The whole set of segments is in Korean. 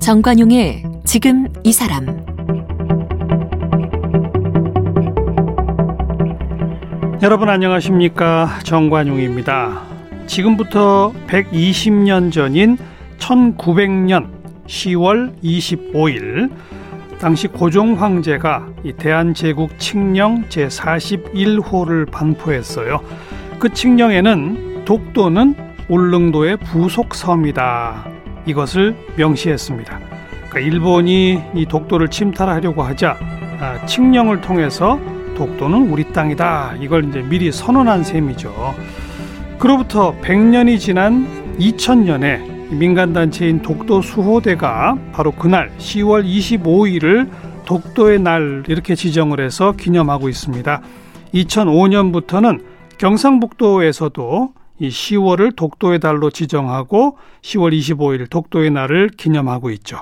정관용의 지금 이 사람 여러분 안녕하십니까 정관용입니다. 지금부터 120년 전인 1900년 10월 25일 당시 고종 황제가 이 대한제국 칙령 제41호를 반포했어요. 그 칙령에는 독도는 울릉도의 부속섬이다. 이것을 명시했습니다. 그러니까 일본이 이 독도를 침탈하려고 하자 아, 칙령을 통해서 독도는 우리 땅이다. 이걸 이제 미리 선언한 셈이죠. 그로부터 100년이 지난 2000년에 민간단체인 독도 수호대가 바로 그날 10월 25일을 독도의 날 이렇게 지정을 해서 기념하고 있습니다. 2005년부터는 경상북도에서도 이 10월을 독도의 달로 지정하고 10월 25일 독도의 날을 기념하고 있죠.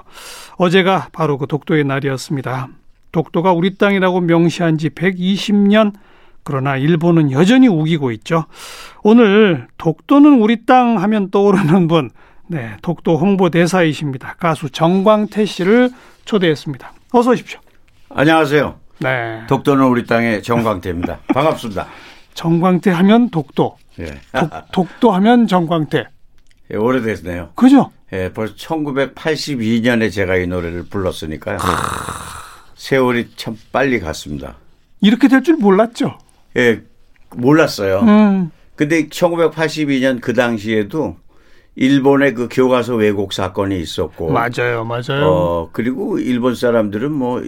어제가 바로 그 독도의 날이었습니다. 독도가 우리 땅이라고 명시한 지 120년 그러나 일본은 여전히 우기고 있죠. 오늘 독도는 우리 땅 하면 떠오르는 분, 네, 독도 홍보대사이십니다. 가수 정광태 씨를 초대했습니다. 어서 오십시오. 안녕하세요. 네. 독도는 우리 땅의 정광태입니다. 반갑습니다. 정광태 하면 독도. 예. 독, 독도 하면 정광태. 예, 오래됐네요. 그죠? 예, 벌써 1982년에 제가 이 노래를 불렀으니까요. 세월이 참 빨리 갔습니다. 이렇게 될 줄 몰랐죠. 예, 몰랐어요. 음. 근데 1982년 그 당시에도 일본의 그 교과서 왜곡 사건이 있었고, 맞아요, 맞아요. 어 그리고 일본 사람들은 뭐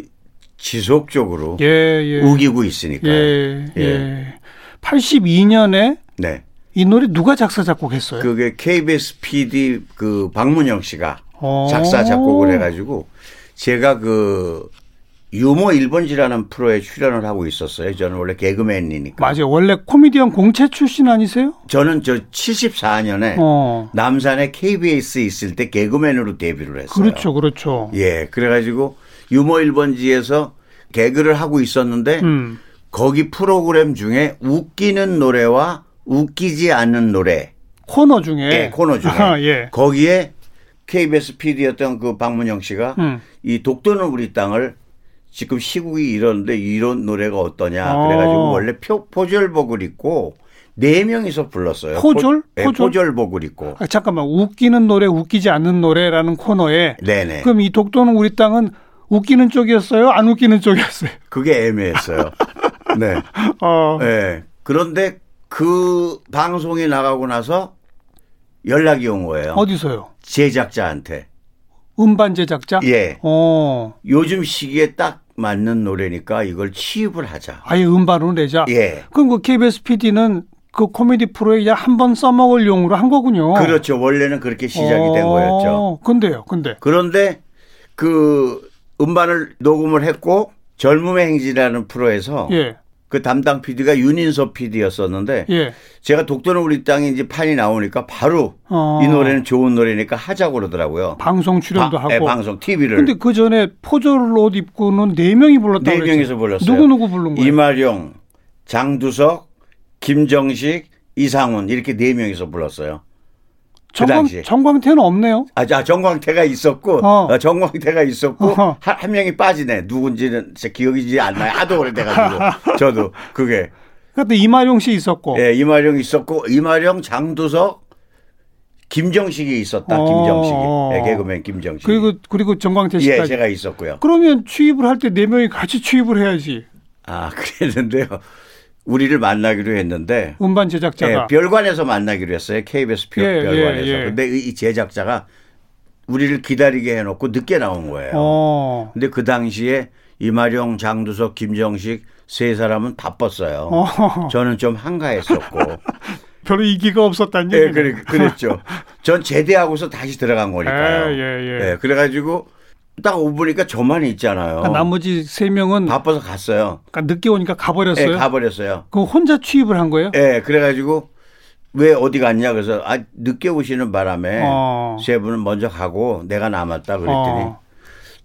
지속적으로 예, 예. 우기고 있으니까. 예, 예. 예. 82년에 네. 이 노래 누가 작사 작곡했어요? 그게 KBS PD 그 박문영 씨가 어. 작사 작곡을 해가지고 제가 그 유머 일본지라는 프로에 출연을 하고 있었어요. 저는 원래 개그맨이니까. 맞아요. 원래 코미디언 공채 출신 아니세요? 저는 저 74년에 어. 남산에 KBS 있을 때 개그맨으로 데뷔를 했어요. 그렇죠, 그렇죠. 예, 그래가지고 유머 일본지에서 개그를 하고 있었는데 음. 거기 프로그램 중에 웃기는 노래와 웃기지 않는 노래 코너 중에. 예, 코너 중에 아하, 예. 거기에 KBS PD였던 그 박문영 씨가 음. 이 독도는 우리 땅을 지금 시국이 이런데 이런 노래가 어떠냐 어. 그래가지고 원래 표, 포졸복을 입고 네 명이서 불렀어요. 포졸? 포졸? 포졸? 복을 입고 아, 잠깐만. 웃기는 노래, 웃기지 않는 노래라는 코너에. 네네. 그럼 이 독도는 우리 땅은 웃기는 쪽이었어요? 안 웃기는 쪽이었어요? 그게 애매했어요. 네. 어. 네. 그런데 그 방송이 나가고 나서 연락이 온 거예요. 어디서요? 제작자한테. 음반 제작자? 예. 어. 요즘 시기에 딱 맞는 노래니까 이걸 취입을 하자. 아예 음반으로 내자. 예. 그럼 그 KBS PD는 그 코미디 프로에 그냥 한번 써먹을 용으로 한 거군요. 그렇죠. 원래는 그렇게 시작이 된 어, 거였죠. 근데요, 근데. 그런데 그 음반을 녹음을 했고 젊음의 행진이라는 프로에서 예, 그 담당 PD가 윤인섭 PD였었는데 예. 제가 독도는 우리 땅이 이제 판이 나오니까 바로 어. 이 노래는 좋은 노래니까 하자고 그러더라고요. 방송 출연도 바- 하고. 예, 방송 TV를 근데 그 전에 포졸 옷 입고는 네 명이 불렀다고 네 그랬죠. 명이서 불렀어요. 누구 누구 부른 거예요? 이마룡, 장두석, 김정식, 이상훈 이렇게 네 명이서 불렀어요. 그 정광, 당시에. 정광태는 없네요. 아, 자, 정광태가 있었고, 어. 어, 정광태가 있었고, 어허. 한, 한 명이 빠지네. 누군지는 제 기억이 이제 안 나요. 하도 오래돼가지고. 저도 그게. 그때 이마용 씨 있었고. 예, 이마령 있었고, 이마령, 장두석, 김정식이 있었다. 어. 김정식이. 예, 개그맨 김정식. 그리고 그리고 정광태 예, 씨까지. 제가 있었고요. 그러면 취입을 할 때 네 명이 같이 취입을 해야지. 아, 그랬는데요. 우리를 만나기로 했는데, 음반 제작자가. 예, 별관에서 만나기로 했어요. KBS 별, 예, 별관에서. 예, 예. 근데 이 제작자가 우리를 기다리게 해놓고 늦게 나온 거예요. 어. 근데 그 당시에 이마룡, 장두석, 김정식 세 사람은 바빴어요. 어. 저는 좀 한가했었고. 별로 이기가 없었다는 예, 얘기네. 그래, 그랬죠. 전 제대하고서 다시 들어간 거니까요. 예, 예, 예. 그래가지고 딱 오보니까 저만 있잖아요. 그러니까 나머지 세 명은 바빠서 갔어요. 그러니까 늦게 오니까 예, 가버렸어요. 가버렸어요. 그럼 혼자 취입을 한 거예요? 예, 그래가지고 왜 어디 갔냐 그래서 아 늦게 오시는 바람에 어. 세 분은 먼저 가고 내가 남았다 그랬더니 어.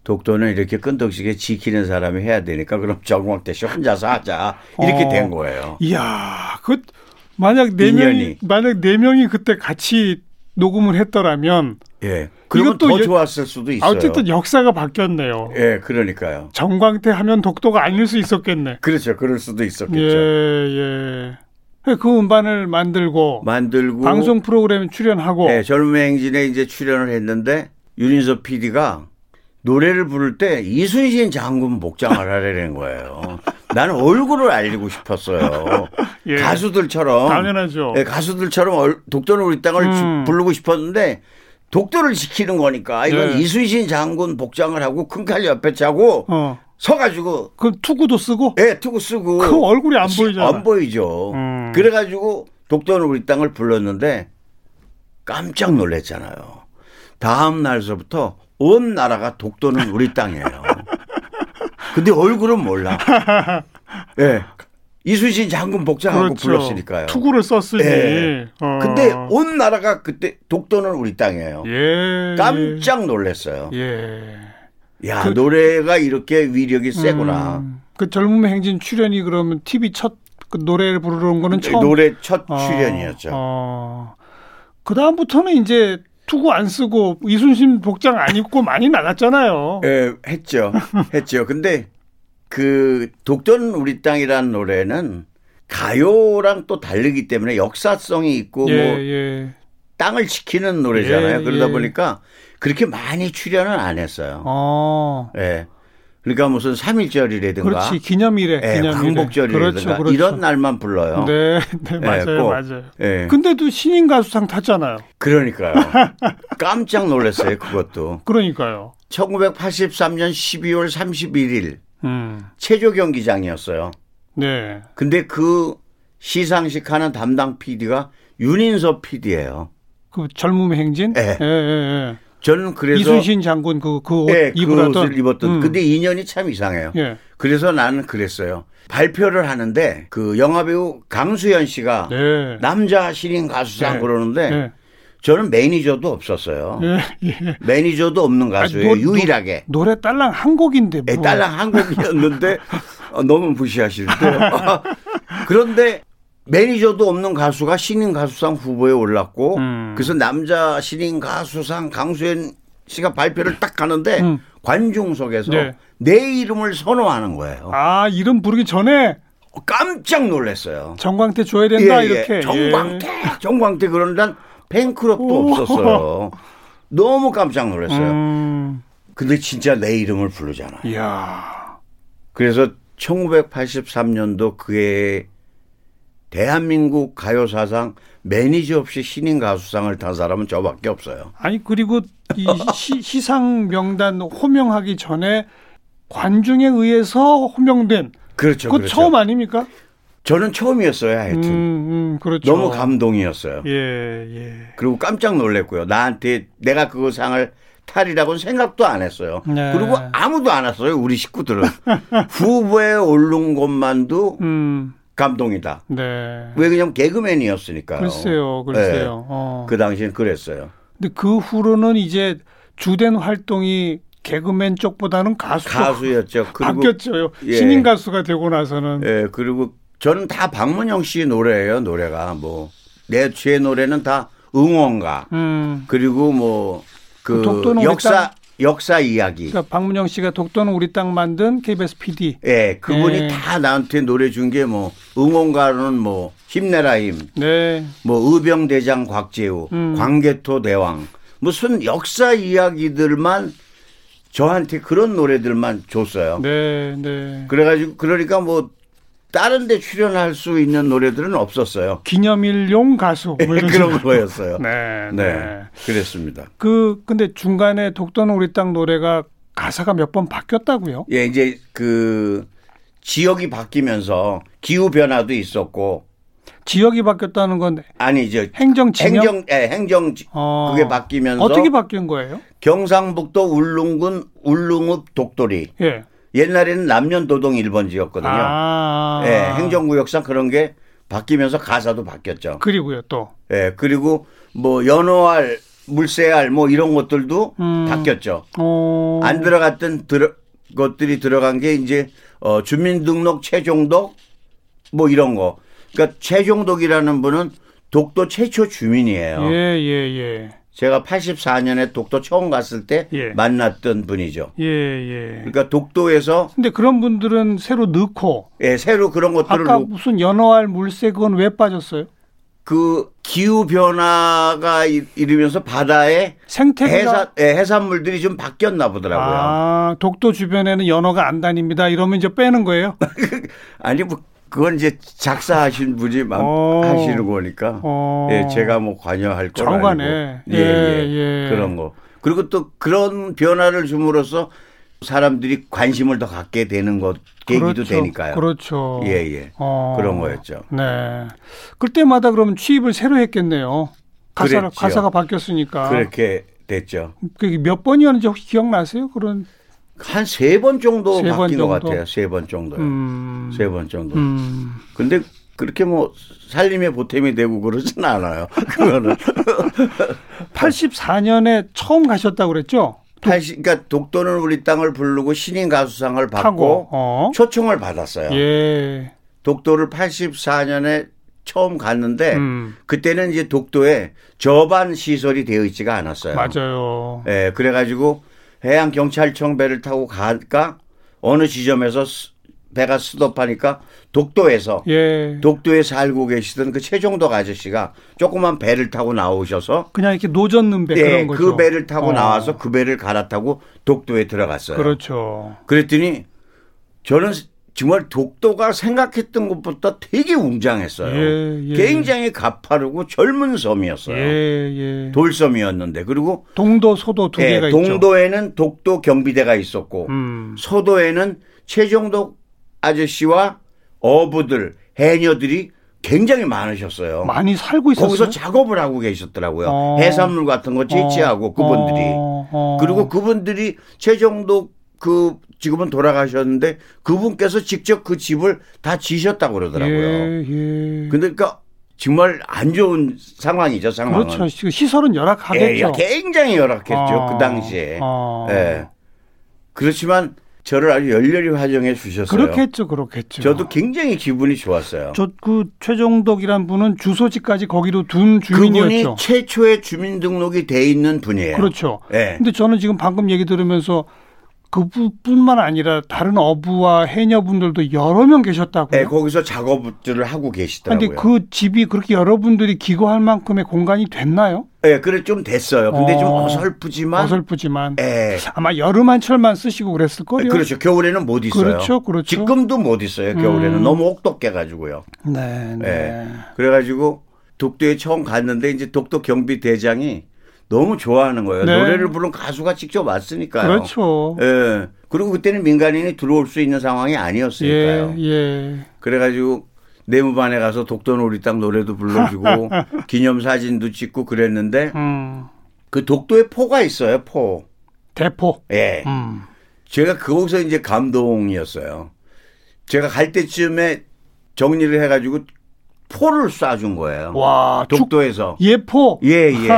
독도는 이렇게 끈덕지게 지키는 사람이 해야 되니까 그럼 정광태 씨 혼자서 하자 이렇게 어. 된 거예요. 이야, 그 만약 네 인연이. 명이 만약 네 명이 그때 같이 녹음을 했더라면 예. 그리고 이것도 더 이제- 좋았을 수도 있어요. 아, 어쨌든 역사가 바뀌었네요. 예, 그러니까요. 정광태 하면 독도가 아닐 수 있었겠네. 그렇죠. 그럴 수도 있었겠죠. 예, 예. 그 음반을 만들고 만들고 방송 프로그램 출연하고 예, 젊음의 행진에 이제 출연을 했는데 윤인서 PD가 노래를 부를 때 이순신 장군 목장을 하려는 거예요. 나는 얼굴을 알리고 싶었어요. 예. 가수들처럼 당연하죠. 예, 가수들처럼 얼- 독도는 우리 땅을 음. 지- 부르고 싶었는데 독도를 지키는 거니까 이건 예. 이순신 장군 복장을 하고 큰 칼 옆에 차고 어. 서가지고 그럼 투구도 쓰고 예, 투구 쓰고 그 얼굴이 안 보이잖아. 안 보이죠. 음. 그래가지고 독도는 우리 땅을 불렀는데 깜짝 놀랐잖아요. 다음 날서부터 온 나라가 독도는 우리 땅이에요. 근데 얼굴은 몰라. 예. 이순신 장군 복장하고 불렀으니까요. 그렇죠. 투구를 썼으니. 예. 어. 근데 온 나라가 그때 독도는 우리 땅이에요. 예. 깜짝 놀랐어요. 예. 야 노래가 이렇게 위력이 세구나. 음, 그 젊음의 행진 출연이 그러면 TV 첫그 노래를 부르는 거는 처음 노래 첫 어, 출연이었죠. 어. 그 다음부터는 이제 투구 안 쓰고 이순신 복장 안 입고 많이 나갔잖아요. 예, 했죠. 했죠. 근데 그 독도는 우리 땅이라는 노래는 가요랑 또 다르기 때문에 역사성이 있고 예, 뭐 예. 땅을 지키는 노래잖아요. 예, 그러다 예. 보니까 그렇게 많이 출연은 안 했어요. 어. 예. 그러니까 무슨 삼일절이라든가 그렇지. 기념일에 예, 기념일에. 광복절이라든가 그렇죠. 그렇죠. 이런 날만 불러요. 네, 그 네, 맞아요. 꼭. 맞아요. 예. 근데도 신인 가수상 탔잖아요. 그러니까요. 깜짝 놀랐어요, 그것도. 그러니까요. 1983년 12월 31일 음. 체조 경기장이었어요. 네. 근데 그 시상식 하는 담당 PD가 윤인서 PD예요. 그 젊음의 행진? 예. 예, 예, 저는 예. 그래서 이순신 장군 그, 그 옷 예, 그 입으라던. 옷을 입었던. 음. 근데 인연이 참 이상해요. 예. 그래서 나는 그랬어요. 발표를 하는데 그 영화배우 강수현 씨가 네. 남자 신인 가수상 네. 그러는데 예. 저는 매니저도 없었어요. 예, 예. 매니저도 없는 가수예요. 아니, 뭐, 노- 유일하게. 노래 딸랑 한 곡인데 뭐. 에, 딸랑 한국이었는데 어, 너무 무시하시는데 어, 그런데 매니저도 없는 가수가 신인 가수상 후보에 올랐고 음. 그래서 남자 신인 가수상 강수현 씨가 발표를 딱 하는데 음. 관중석에서 네. 내 이름을 선호하는 거예요. 아, 이름 부르기 전에 깜짝 놀랐어요. 정광태 줘야 된다 이렇게. 예, 예. 정광태 정광태 그런 난 팬클럽도 오. 없었어요. 너무 깜짝 예. 놀랐어요. 음. 근데 진짜 내 이름을 부르잖아요. 이야. 그래서 1983년도 그해 대한민국 가요 사상 매니저 없이 신인 가수상을 탄 사람은 저밖에 없어요. 아니 그리고 이 시, 시상 명단 호명하기 전에 관중에 의해서 호명된 그렇죠. 그거 그렇죠. 처음 아닙니까? 저는 처음이었어요. 하여튼 음, 음, 그렇죠. 너무 감동이었어요. 예, 예. 그리고 깜짝 놀랐고요. 나한테 내가 그 상을 탈이라고는 생각도 안 했어요. 네. 그리고 아무도 안 왔어요. 우리 식구들은 후보에 오른 것만도 음, 감동이다. 네. 왜냐면 개그맨이었으니까요. 글쎄요, 글쎄요. 어. 네. 그 당시엔 그랬어요. 근데 그 후로는 이제 주된 활동이 개그맨 쪽보다는 가수 로 가수였죠. 그리고 바뀌었죠. 예. 신인 가수가 되고 나서는 예, 그리고 저는 다 박문영 씨 노래예요, 노래가. 뭐, 내, 제 노래는 다 응원가. 음. 그리고 뭐, 그, 독도는 우리 땅. 역사, 역사 이야기. 그러니까 박문영 씨가 독도는 우리 땅 만든 KBS PD. 예, 그분이 예. 다 나한테 노래 준 게 뭐, 응원가로는 뭐, 힘내라 힘, 네. 뭐, 의병대장 곽재우, 광개토 대왕. 무슨 역사 이야기들만 저한테 그런 노래들만 줬어요. 네, 네. 그래가지고, 그러니까 뭐, 다른 데 출연할 수 있는 노래들은 없었어요. 기념일용 가수 뭐 이런 그런 거였어요. 네. 네, 네. 그랬습니다. 그 근데 중간에 독도는 우리 땅 노래가 가사가 몇 번 바뀌었다고요? 예, 이제 그 지역이 바뀌면서 기후 변화도 있었고 지역이 바뀌었다는 건 아니 이제 행정 지역 행정 예, 행정 지- 어. 그게 바뀌면서 어떻게 바뀐 거예요? 경상북도 울릉군 울릉읍 독도리 예. 옛날에는 남년도동 1번지였거든요. 아. 예, 행정구역상 그런 게 바뀌면서 가사도 바뀌었죠. 그리고요 또. 예, 그리고 뭐 연어알, 물새알 뭐 이런 것들도 음. 바뀌었죠. 어. 안 들어갔던 들어, 것들이 들어간 게 이제 어, 주민등록 최종독 뭐 이런 거. 그러니까 최종독이라는 분은 독도 최초 주민이에요. 예, 예, 예. 제가 84년에 독도 처음 갔을 때 예. 만났던 분이죠. 예, 예. 그러니까 독도에서 근데 그런 분들은 새로 넣고 예, 새로 그런 것들을 아까 놓- 무슨 연어알 물새 그건 왜 빠졌어요? 그 기후 변화가 이- 이르면서 바다에 생태계가 해산 예, 해산물들이 좀 바뀌었나 보더라고요. 아, 독도 주변에는 연어가 안 다닙니다. 이러면 이제 빼는 거예요. 아니 뭐 그건 이제 작사하신 분이 마- 어. 하시는 거니까 어. 예, 제가 뭐 관여할 건 정관에. 아니고 예, 예, 예, 예. 그런 거 그리고 또 그런 변화를 줌으로써 사람들이 관심을 더 갖게 되는 것 계기도 되니까요. 그렇죠. 예, 예. 어. 그런 거였죠. 네. 그때마다 그럼 취입을 새로 했겠네요. 가사를, 그랬지요. 가사가 바뀌었으니까. 그렇게 됐죠. 그게 몇 번이었는지 혹시 기억나세요? 그런 한 세 번 정도 세번 바뀐 정도? 것 같아요. 세 번 정도요. 음. 세 번 정도. 음. 근데 그렇게 뭐 살림의 보탬이 되고 그러진 않아요. 그거는 84년에 처음 가셨다고 그랬죠? 팔십- 그러니까 독도는 우리 땅을 부르고 신인 가수상을 타고. 받고 네. 어. 초청을 받았어요. 예. 독도를 84년에 처음 갔는데 음. 그때는 이제 독도에 저반 시설이 되어 있지가 않았어요. 맞아요. 예, 그래가지고 해양 경찰청 배를 타고 가니까 어느 지점에서 스- 배가 수도파니까 독도에서 예. 독도에 살고 계시던 그 최종덕 아저씨가 조그만 배를 타고 나오셔서 그냥 이렇게 노젓는 배 예, 네, 그런 거죠. 그 배를 타고 어. 나와서 네. 그 배를 갈아타고 독도에 들어갔어요. 그렇죠. 그랬더니 저는 정말 독도가 생각했던 것보다 되게 웅장했어요. 예, 예. 굉장히 가파르고 젊은 섬이었어요. 예, 예. 돌섬이었는데 그리고 동도, 소도 두 예, 개가 있죠. 동도에는 독도 경비대가 있었고 음. 서도에는 최종덕 아저씨와 어부들 해녀들이 굉장히 많으셨어요. 많이 살고 있었어요. 거기서 작업을 하고 계셨더라고요. 어. 해산물 같은 거 채취하고 어, 그분들이 어, 어. 그리고 그분들이 최종도 그 지금은 돌아가셨는데 그분께서 직접 그 집을 다 지셨다고 그러더라고요. 예, 예. 근데 그러니까 정말 안 좋은 상황이죠 상황은. 그렇죠. 시- 시설은 예, 열악하겠죠. 굉장히 열악했죠 어, 그 당시에. 어. 예. 그렇지만 저를 아주 열렬히 화정해 주셨어요. 그렇겠죠, 그렇겠죠. 저도 굉장히 기분이 좋았어요. 저 그 최종덕이란 분은 주소지까지 거기로 둔 그분이 주민이었죠. 최초의 주민등록이 돼 있는 분이에요. 그렇죠. 예. 근데 저는 지금 방금 얘기 들으면서 그뿐만 아니라 다른 어부와 해녀분들도 여러 명 계셨다고요. 예, 거기서 작업들을 하고 근데 계시더라고요. 그 집이 그렇게 여러분들이 기거할 만큼의 공간이 됐나요? 예, 그래 좀 됐어요. 근데 좀 어, 어설프지만 어설프지만 예. 아마 여름 한철만 쓰시고 그랬을 거예요. 그렇죠. 겨울에는 못 있어요. 그렇죠, 그렇죠. 음. 지금도 못 있어요. 겨울에는 너무 혹독해 가지고요. 네, 네. 예. 그래 가지고 독도에 처음 갔는데 이제 독도 경비 대장이 너무 좋아하는 거예요. 네. 노래를 부른 가수가 직접 왔으니까요. 그렇죠. 예. 그리고 그때는 민간인이 들어올 수 있는 상황이 아니었으니까요. 예, 예. 그래 가지고 내무반에 가서 독도는 우리 땅 노래도 불러주고 기념사진도 찍고 그랬는데 음. 그 독도에 포가 있어요. 포. 대포. 예. 음. 제가 그 거기서 이제 감동이었어요. 제가 갈 때쯤에 정리를 해가지고 포를 쏴준 거예요. 와, 축 독도에서. 예포. 예, 예.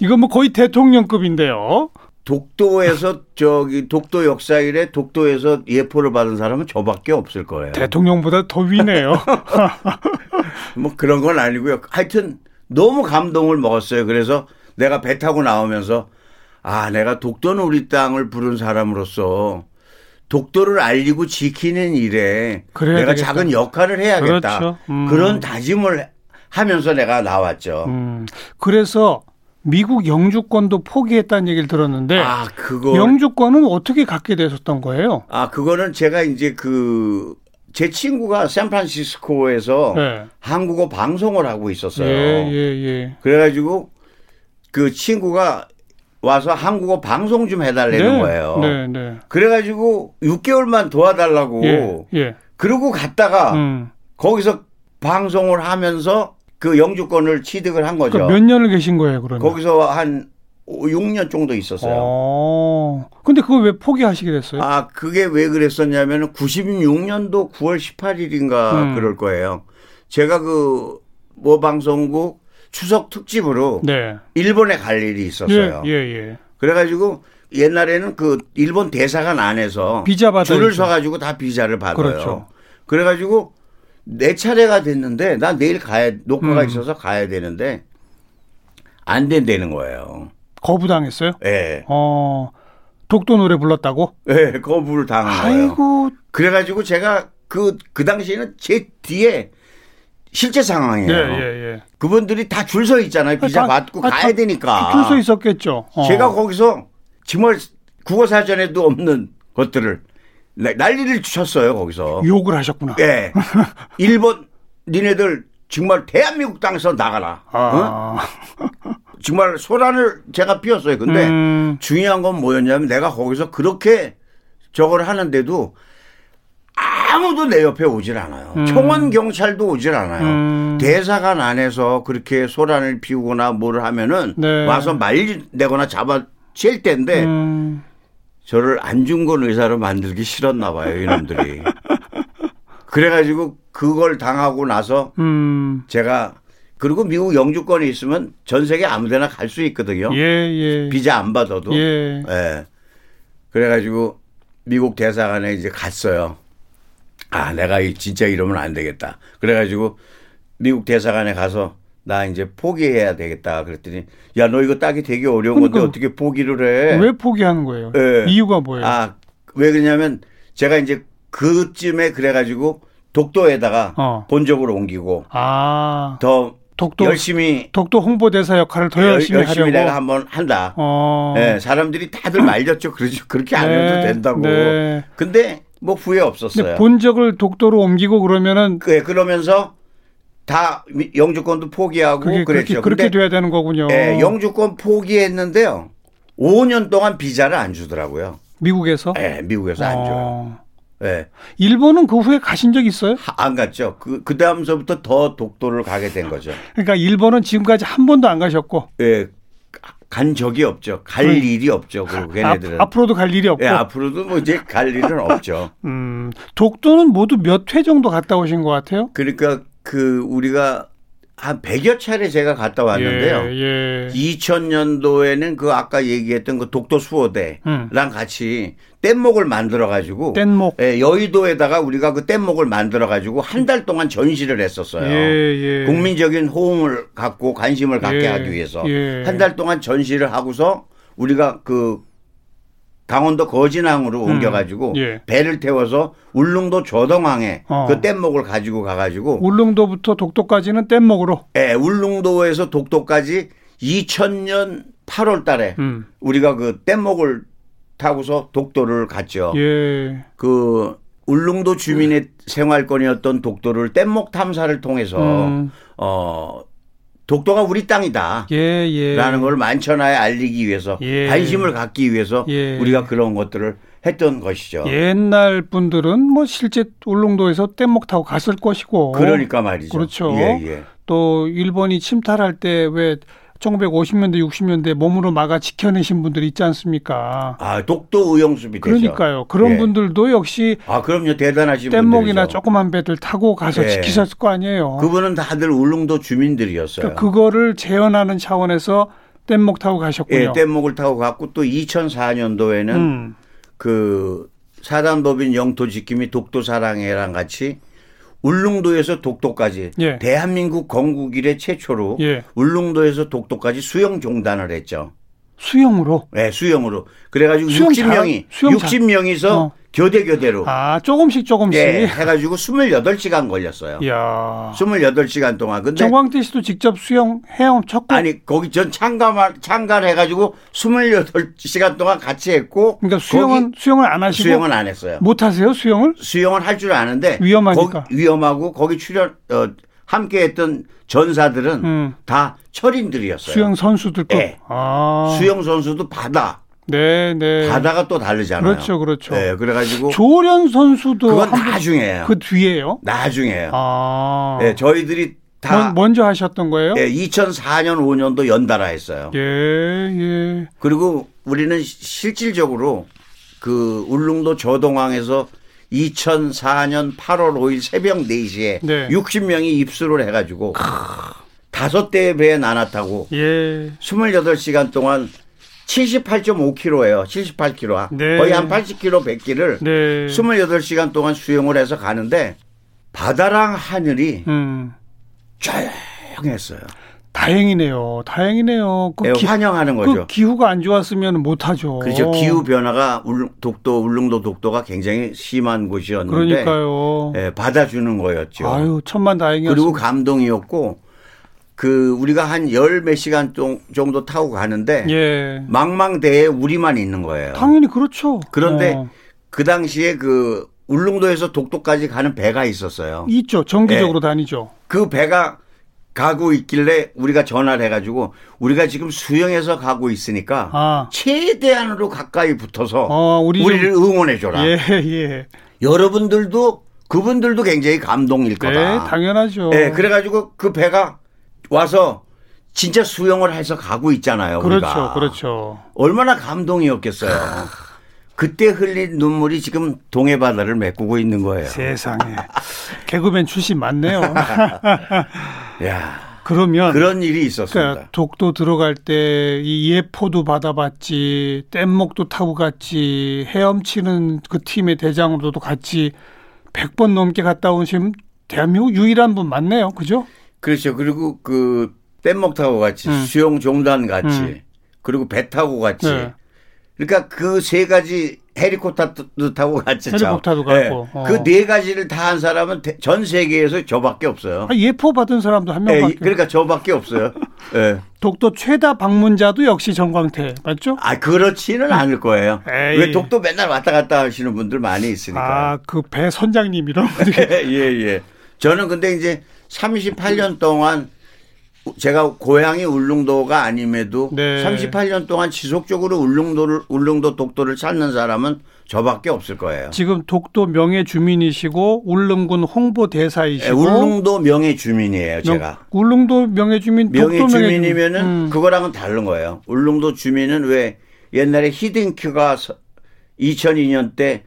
이거 뭐 거의 대통령급인데요. 독도에서 저기 독도 역사일에 독도에서 예포를 받은 사람은 저밖에 없을 거예요. 대통령보다 더 위네요. 뭐 그런 건 아니고요. 하여튼 너무 감동을 먹었어요. 그래서 내가 배 타고 나오면서 아, 내가 독도는 우리 땅을 부른 사람으로서 독도를 알리고 지키는 일에 그래야 내가 되겠다. 작은 역할을 해야겠다. 그렇죠. 음. 런 다짐을 하면서 내가 나왔죠. 음. 그래서 미국 영주권도 포기했다는 얘기를 들었는데 아, 그거 네. 영주권은 어떻게 갖게 되셨던 거예요? 아, 그거는 제가 이제 그 제 친구가 샌프란시스코에서 네. 한국어 방송을 하고 있었어요. 예, 예, 예. 그래가지고 그 친구가 와서 한국어 방송 좀 해달라는 네, 거예요. 네, 네. 그래가지고 6개월만 도와달라고. 예, 예. 그러고 갔다가 음. 거기서 방송을 하면서 그 영주권을 취득을 한 거죠. 그러니까 몇 년을 계신 거예요, 그러면? 거기서 한 6년 정도 있었어요. 어. 근데 그걸 왜 포기하시게 됐어요? 아, 그게 왜 그랬었냐면 96년도 9월 18일인가 음. 그럴 거예요. 제가 그 모방송국 추석 특집으로 네. 일본에 갈 일이 있었어요. 예, 예, 예. 그래가지고 옛날에는 그 일본 대사관 안에서 비자 받아야죠. 줄을 서가지고 다 비자를 받아요. 그렇죠. 래가지고내 차례가 됐는데 나 내일 가야 녹화가 음. 있어서 가야 되는데 안 된다는 거예요. 거부당했어요? 예. 어, 독도 노래 불렀다고? 예, 거부를 당한 거예요. 아이고, 그래가지고 제가 그, 그 당시에는 제 뒤에 실제 상황이에요. 예, 예, 예. 그분들이 다 줄 서 있잖아요. 비자 다- 받고 아, 가야 다 되니까. 줄서 있었겠죠. 어. 제가 거기서 정말 국어 사전에도 없는 것들을 나- 난리를 쳤어요, 거기서. 욕을 하셨구나. 예. 일본 니네들 정말 대한민국 땅에서 나가라. 어? 아, 정말 소란을 제가 피웠어요. 근데 음, 중요한 건 뭐였냐면 내가 거기서 그렇게 저걸 하는데도 아무도 내 옆에 오질 않아요. 청원 경찰도 오질 않아요. 음. 대사관 안에서 그렇게 소란을 피우거나 뭘 하면은 네. 와서 말리내거나 잡아챌 텐데 음, 저를 안중근 의사로 만들기 싫었나 봐요 이놈들이. 그래가지고 그걸 당하고 나서 음, 제가 그리고 미국 영주권이 있으면 전 세계 아무데나 갈 수 있거든요. 예, 예, 비자 안 받아도. 예. 예. 그래가지고 미국 대사관에 이제 갔어요. 아, 내가 이- 진짜 이러면 안 되겠다. 그래가지고 미국 대사관에 가서 나 이제 포기해야 되겠다. 그랬더니 야, 너 이거 따기 되게 어려운 건데 그러니까요. 어떻게 포기를 해? 왜 포기하는 거예요? 예. 이유가 뭐예요? 아, 왜 그러냐면 제가 이제 그쯤에 그래가지고 독도에다가 어. 본적으로 옮기고 아, 더 독도 열심히 독도 홍보대사 역할을 더 열- 열심히, 열심히 하려고. 내가 한번 한다. 어, 예, 사람들이 다들 말렸죠. 그러죠. 그렇게 안 해도 네, 된다고. 네. 근데 뭐 후회 근데 없었어요. 본적을 독도로 옮기고 그러면은 그, 예, 그러면서 다 미- 영주권도 포기하고 그게 그렇게 그랬죠. 그렇게 근데 돼야 되는 거군요. 예, 영주권 포기했는데요. 5년 동안 비자를 안 주더라고요. 미국에서. 예, 미국에서 안 줘요. 어. 예, 일본은 그 후에 가신 적 있어요? 하- 안 갔죠. 그, 그 다음서부터 더 독도를 가게 된 거죠. 그러니까 일본은 지금까지 한 번도 안 가셨고 예, 간 적이 없죠. 갈 음. 일이 없죠. 그 걔네들은. 앞, 으로도갈 일이 없고. 예, 앞으로도 뭐 이제 갈 일은 없죠. 음, 독도는 모두 몇 회 정도 갔다 오신 것 같아요? 그러니까 그 우리가 한 100여 차례 제가 갔다 왔는데요. 예, 예. 2000년도에는 그 아까 얘기했던 그 독도 수호대랑 음. 같이 뗏목을 만들어 가지고 예, 뗏목. 여의도에다가 우리가 그 뗏목을 만들어 가지고 한 달 동안 전시를 했었어요. 예, 예. 네. 국민적인 호응을 갖고 관심을 갖게 예, 하기 위해서 예. 한 달 동안 전시를 하고서 우리가 그 강원도 거진항으로 옮겨가지고 예. 배를 태워서 울릉도 조동항에 어. 그 뗏목을 가지고 가가지고 울릉도부터 독도까지는 뗏목으로. 예, 울릉도에서 독도까지 2000년 8월 달에 음. 우리가 그 뗏목을 타고서 독도를 갔죠. 예. 그 울릉도 주민의 생활권이었던 독도를 뗏목 탐사를 통해서 음. 어 독도가 우리 땅이다. 예, 예. 라는 걸 만천하에 알리기 위해서 예. 관심을 갖기 위해서 예. 우리가 그런 것들을 했던 것이죠. 옛날 분들은 뭐 실제 울릉도에서 뗏목 타고 갔을 것이고. 그러니까 말이죠. 그렇죠. 예, 예. 또 일본이 침탈할 때 왜 1950년대, 60년대 몸으로 막아 지켜내신 분들 있지 않습니까? 아 독도 의용수비 되죠. 그러니까요. 그런 예. 분들도 역시 아 그럼요 대단하신 뗏목이나 분들이죠. 조그만 배들 타고 가서 예. 지키셨을 거 아니에요. 그분은 다들 울릉도 주민들이었어요. 그러니까 그거를 재현하는 차원에서 뗏목 타고 예, 가셨군요. 뗏목을 타고 갔고 또 2004년도에는 음. 그 사단법인 영토지킴이 독도사랑회랑 같이 울릉도에서 독도까지 예. 대한민국 건국 이래 최초로 예. 울릉도에서 독도까지 수영 종단을 했죠. 수영으로. 네, 수영으로. 그래가지고 수영 잘- 60명이 수영 잘- 60명이서 어. 교대 교대로 아, 조금씩 조금씩. 예, 해가지고 28시간 걸렸어요. 이야. 28시간 동안. 근데 예. 정광태 씨도 직접 수영 헤엄쳤고. 아니 거기 전 참가만 참가를 해가지고 28시간 동안 같이 했고 그러니까 수영은 거기 수영을 안 하시고 수영은 안 했어요. 못 하세요, 수영을? 수영을 할 줄 아는데 위험하니까. 거기, 위험하고 거기 출연 어, 함께했던 전사들은 음. 다 철인들이었어요. 수영 선수들급. 예. 아. 수영 선수도 바다 네, 네. 바다가 또 다르잖아요. 그렇죠, 그렇죠. 예, 그래가지고 조련 선수도 그건 한 분- 나중에요. 그 뒤에요. 나중에요. 아. 뭐, 예, 저희들이 다 먼- 먼저 하셨던 거예요? 예, 2004년 5년도 연달아 했어요. 예, 예. 그리고 우리는 시- 실질적으로 그 울릉도 저동항에서 2004년 8월 5일 새벽 4시에 네. 60명이 입수를 해가지고 다섯 대의 배에 나눠 타고 예. 28시간 동안 78.5km예요. 78km. 네. 거의 한 80km 100km를 네. 28시간 동안 수영을 해서 가는데 바다랑 하늘이 음. 조용했어요. 다행이네요. 다행이네요. 그, 예, 기, 환영하는 거죠. 후가안 좋았으면 못하죠. 그렇죠. 기후 변화가 울릉, 독도 울릉도 독도가 굉장히 심한 곳이었는데 그러니까요. 예, 받아주는 거였죠. 아유 천만 다행이었어요. 그렇죠. 그리고 감동이었고 그 우리가 한 열 몇 시간 동- 정도 타고 가는데 예. 망망대해 우리만 있는 거예요. 당연히 그렇죠. 그런데 어, 그 당시에 그 울릉도에서 독도까지 가는 배가 있었어요. 있죠. 정기적으로 다니죠. 그 배가 가고 있길래 우리가 전화를 해가지고 우리가 지금 수영해서 가고 있으니까 아. 최대한으로 가까이 붙어서 어, 우리 좀- 우리를 응원해줘라. 예, 예. 여러분들도 그분들도 굉장히 감동일 네, 거다. 당연하죠. 예, 그래가지고 그 배가 와서 진짜 수영을 해서 가고 있잖아요. 그렇죠. 우리가. 그렇죠. 얼마나 감동이었겠어요. 그때 흘린 눈물이 지금 동해 바다를 메꾸고 있는 거예요. 세상에. 개그맨 출신 맞네요. 야, 그러면 그런 일이 있었습니다. 그러니까 독도 들어갈 때 이 예포도 받아봤지, 뗏목도 타고 갔지, 헤엄치는 그 팀의 대장으로도 같이 100번 넘게 갔다 온 지금 대한민국 유일한 분 맞네요. 그죠? 그렇죠. 그리고 그 뗏목 타고 같이 음. 수영 종단 같이 음. 그리고 배 타고 같이 네. 그러니까 그 세 가지 헬리콥터도 타고 같이 참. 헬리콥터도 예. 갔고, 어. 그 네 가지를 타한 사람은 대- 전 세계에서 저밖에 없어요. 아, 예포 받은 사람도 한 예, 명밖에. 그러니까 저밖에 없어요. 예. 독도 최다 방문자도 역시 전광태 맞죠? 아 그렇지는 않을 거예요. 음. 에이. 왜 독도 맨날 왔다 갔다 하시는 분들 많이 있으니까. 아 그 배 선장님 이런 네. 분들이 예예. 저는 근데 이제 38년 동안 제가 고향이 울릉도가 아님에도 네. 38년 동안 지속적으로 울릉도를 울릉도 독도를 찾는 사람은 저밖에 없을 거예요. 지금 독도 명예 주민이시고 울릉군 홍보 예, 대사이시고 울릉도 명예 주민이에요, 제가. 울릉도 명예 주민 명예 독도 명예 주민. 주민이면은 음. 그거랑은 다른 거예요. 울릉도 주민은 왜 옛날에 히든큐가 2002년 때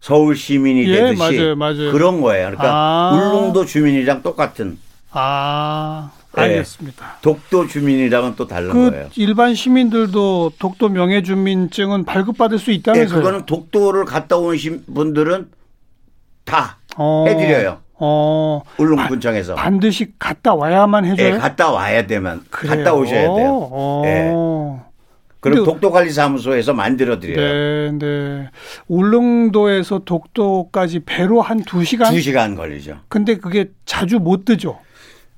서울 시민이 예, 되듯이 맞아요, 맞아요. 그런 거예요. 그러니까 아. 울릉도 주민이랑 똑같은 아 알겠습니다. 독도 주민이랑은 또 다른 그 예. 거예요. 일반 시민들도 독도 명예 주민증은 발급받을 수 예, 있다면서요? 그거는 독도를 갔다 오신 분들은 다 어, 해드려요. 어, 울릉군청에서 반드시 갔다 와야만 해줘요. 예, 갔다 와야 되면 그래요? 갔다 오셔야 돼요. 어. 예. 그럼 근데- 독도관리사무소에서 만들어 드려요. 네, 네. 울릉도에서 독도까지 배로 한 두시간 두 시간 걸리죠. 근데 그게 자주 못 뜨죠.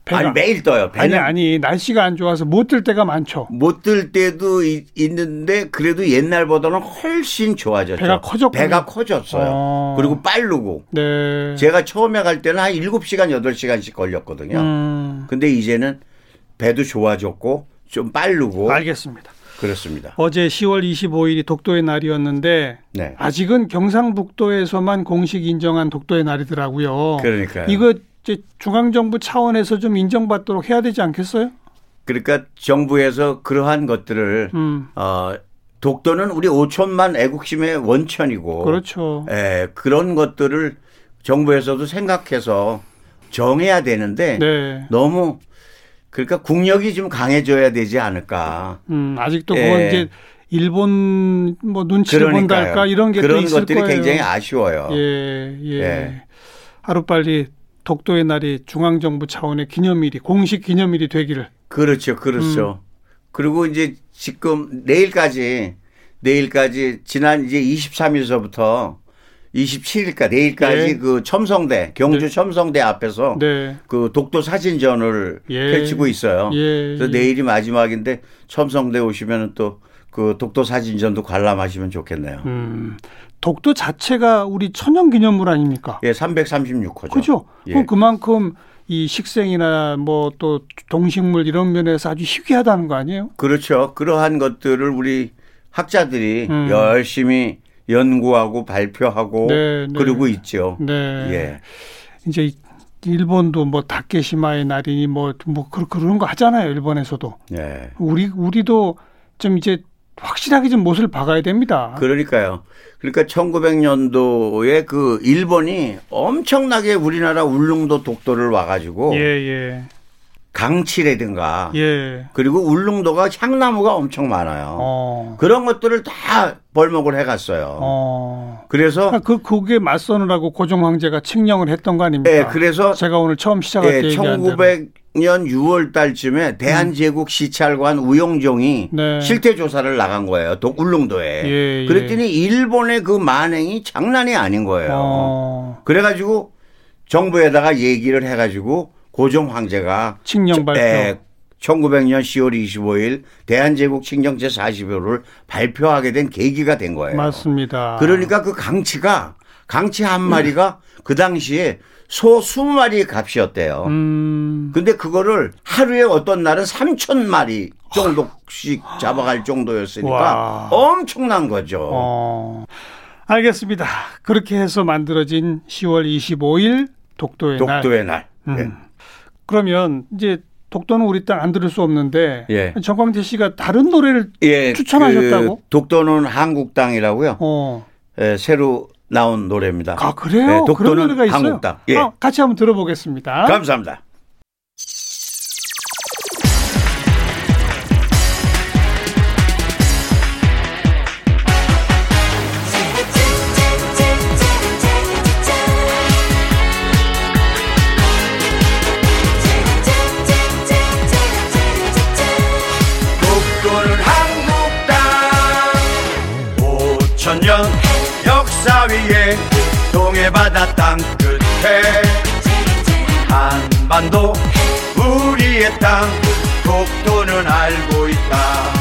배가. 아니 매일 떠요. 아니, 배는 뭐, 아니, 날씨가 안 좋아서 못 뜰 때가 많죠. 못 들 때도 이- 있는데 그래도 옛날보다는 훨씬 좋아졌죠. 배가 커졌군요. 배가 커졌어요. 어. 그리고 빠르고 네. 제가 처음에 갈 때는 한 7시간 8시간씩 걸렸거든요. 음, 근데 이제는 배도 좋아졌고 좀 빠르고 아. 알겠습니다. 그렇습니다. 어제 10월 25일이 독도의 날이었는데 네. 아직은 경상북도에서만 공식 인정한 독도의 날이더라고요. 그러니까요. 이거 이제 중앙정부 차원에서 좀 인정받도록 해야 되지 않겠어요? 그러니까 정부에서 그러한 것들을 음. 어, 독도는 우리 5천만 애국심의 원천이고 그렇죠. 에, 예, 그런 것들을 정부에서도 생각해서 정해야 되는데 네. 너무 그러니까 국력이 좀 강해져야 되지 않을까. 음, 아직도 그건 예. 이제 일본 뭐 눈치를 본달까 이런 게 또 그런 있을 것들이 거예요. 굉장히 아쉬워요. 예, 예. 예. 하루빨리 독도의 날이 중앙정부 차원의 기념일이 공식 기념일이 되기를. 그렇죠, 음. 그렇죠. 그리고 이제 지금 내일까지 내일까지 지난 이제 23일서부터 27일까 내일까지 예. 그 첨성대 경주 첨성대 앞에서 네. 그 독도 사진전을 예. 펼치고 있어요. 예, 그래서 예. 내일이 마지막인데 첨성대 오시면 또 그 독도 사진전도 관람하시면 좋겠네요. 음. 독도 자체가 우리 천연 기념물 아닙니까? 예, 336호죠. 그죠? 예. 그럼 그만큼 이 식생이나 뭐 또 동식물 이런 면에서 아주 희귀하다는 거 아니에요? 그렇죠. 그러한 것들을 우리 학자들이 음. 열심히 연구하고 발표하고 네, 네. 그러고 있죠. 네. 예. 이제 이- 일본도 뭐 다케시마의 날이니 뭐뭐 그 그런 거 하잖아요. 일본에서도. 예. 우리 우리도 좀 이제 확실하게 좀 못을 박아야 됩니다. 그러니까요. 그러니까 1900년도에 그 일본이 엄청나게 우리나라 울릉도 독도를 와가지고 아. 예, 예. 강치라든가 예. 그리고 울릉도가 향나무가 엄청 많아요. 어. 그런 것들을 다 벌목을 해갔어요. 어. 그래서 그러니까 그 거기에 맞서느라고 고종 황제가 칙령을 했던 거 아닙니까? 예, 그래서 제가 오늘 처음 시작할 예, 때 얘기한 대로. 1900년 6월 달쯤에 대한제국 시찰관 우용종이 음. 네. 실태 조사를 나간 거예요. 도, 울릉도에. 예, 예. 그랬더니 일본의 그 만행이 장난이 아닌 거예요. 어. 그래가지고 정부에다가 얘기를 해가지고 고종 황제가 칙령 발표. 예, 1900년 10월 25일 대한제국 칙령제 40호를 발표하게 된 계기가 된 거예요. 맞습니다. 그러니까 그 강치가 강치 한 마리가 그 당시에 소 20마리 값이었대요. 음. 근데 그거를 하루에 어떤 날은 3천 마리 정도씩 잡아갈 정도였으니까 와. 엄청난 거죠. 어. 알겠습니다. 그렇게 해서 만들어진 10월 25일 독도의, 날. 음. 독도의 예. 날. 그러면 이제 독도는 우리 땅 안 들을 수 없는데 예. 정광재 씨가 다른 노래를 예. 예, 추천하셨다고? 그 독도는 한국 땅이라고요. 어. 예, 새로 나온 노래입니다. 아 그래요? 예, 그런 독도는 노래가 있어요. 한국 땅. 예. 아, 같이 한번 들어보겠습니다. 감사합니다. 독도는 한국 땅 5천 년 역사 위에 동해 바다 땅 끝에 한반도 우리의 땅 독도는 알고 있다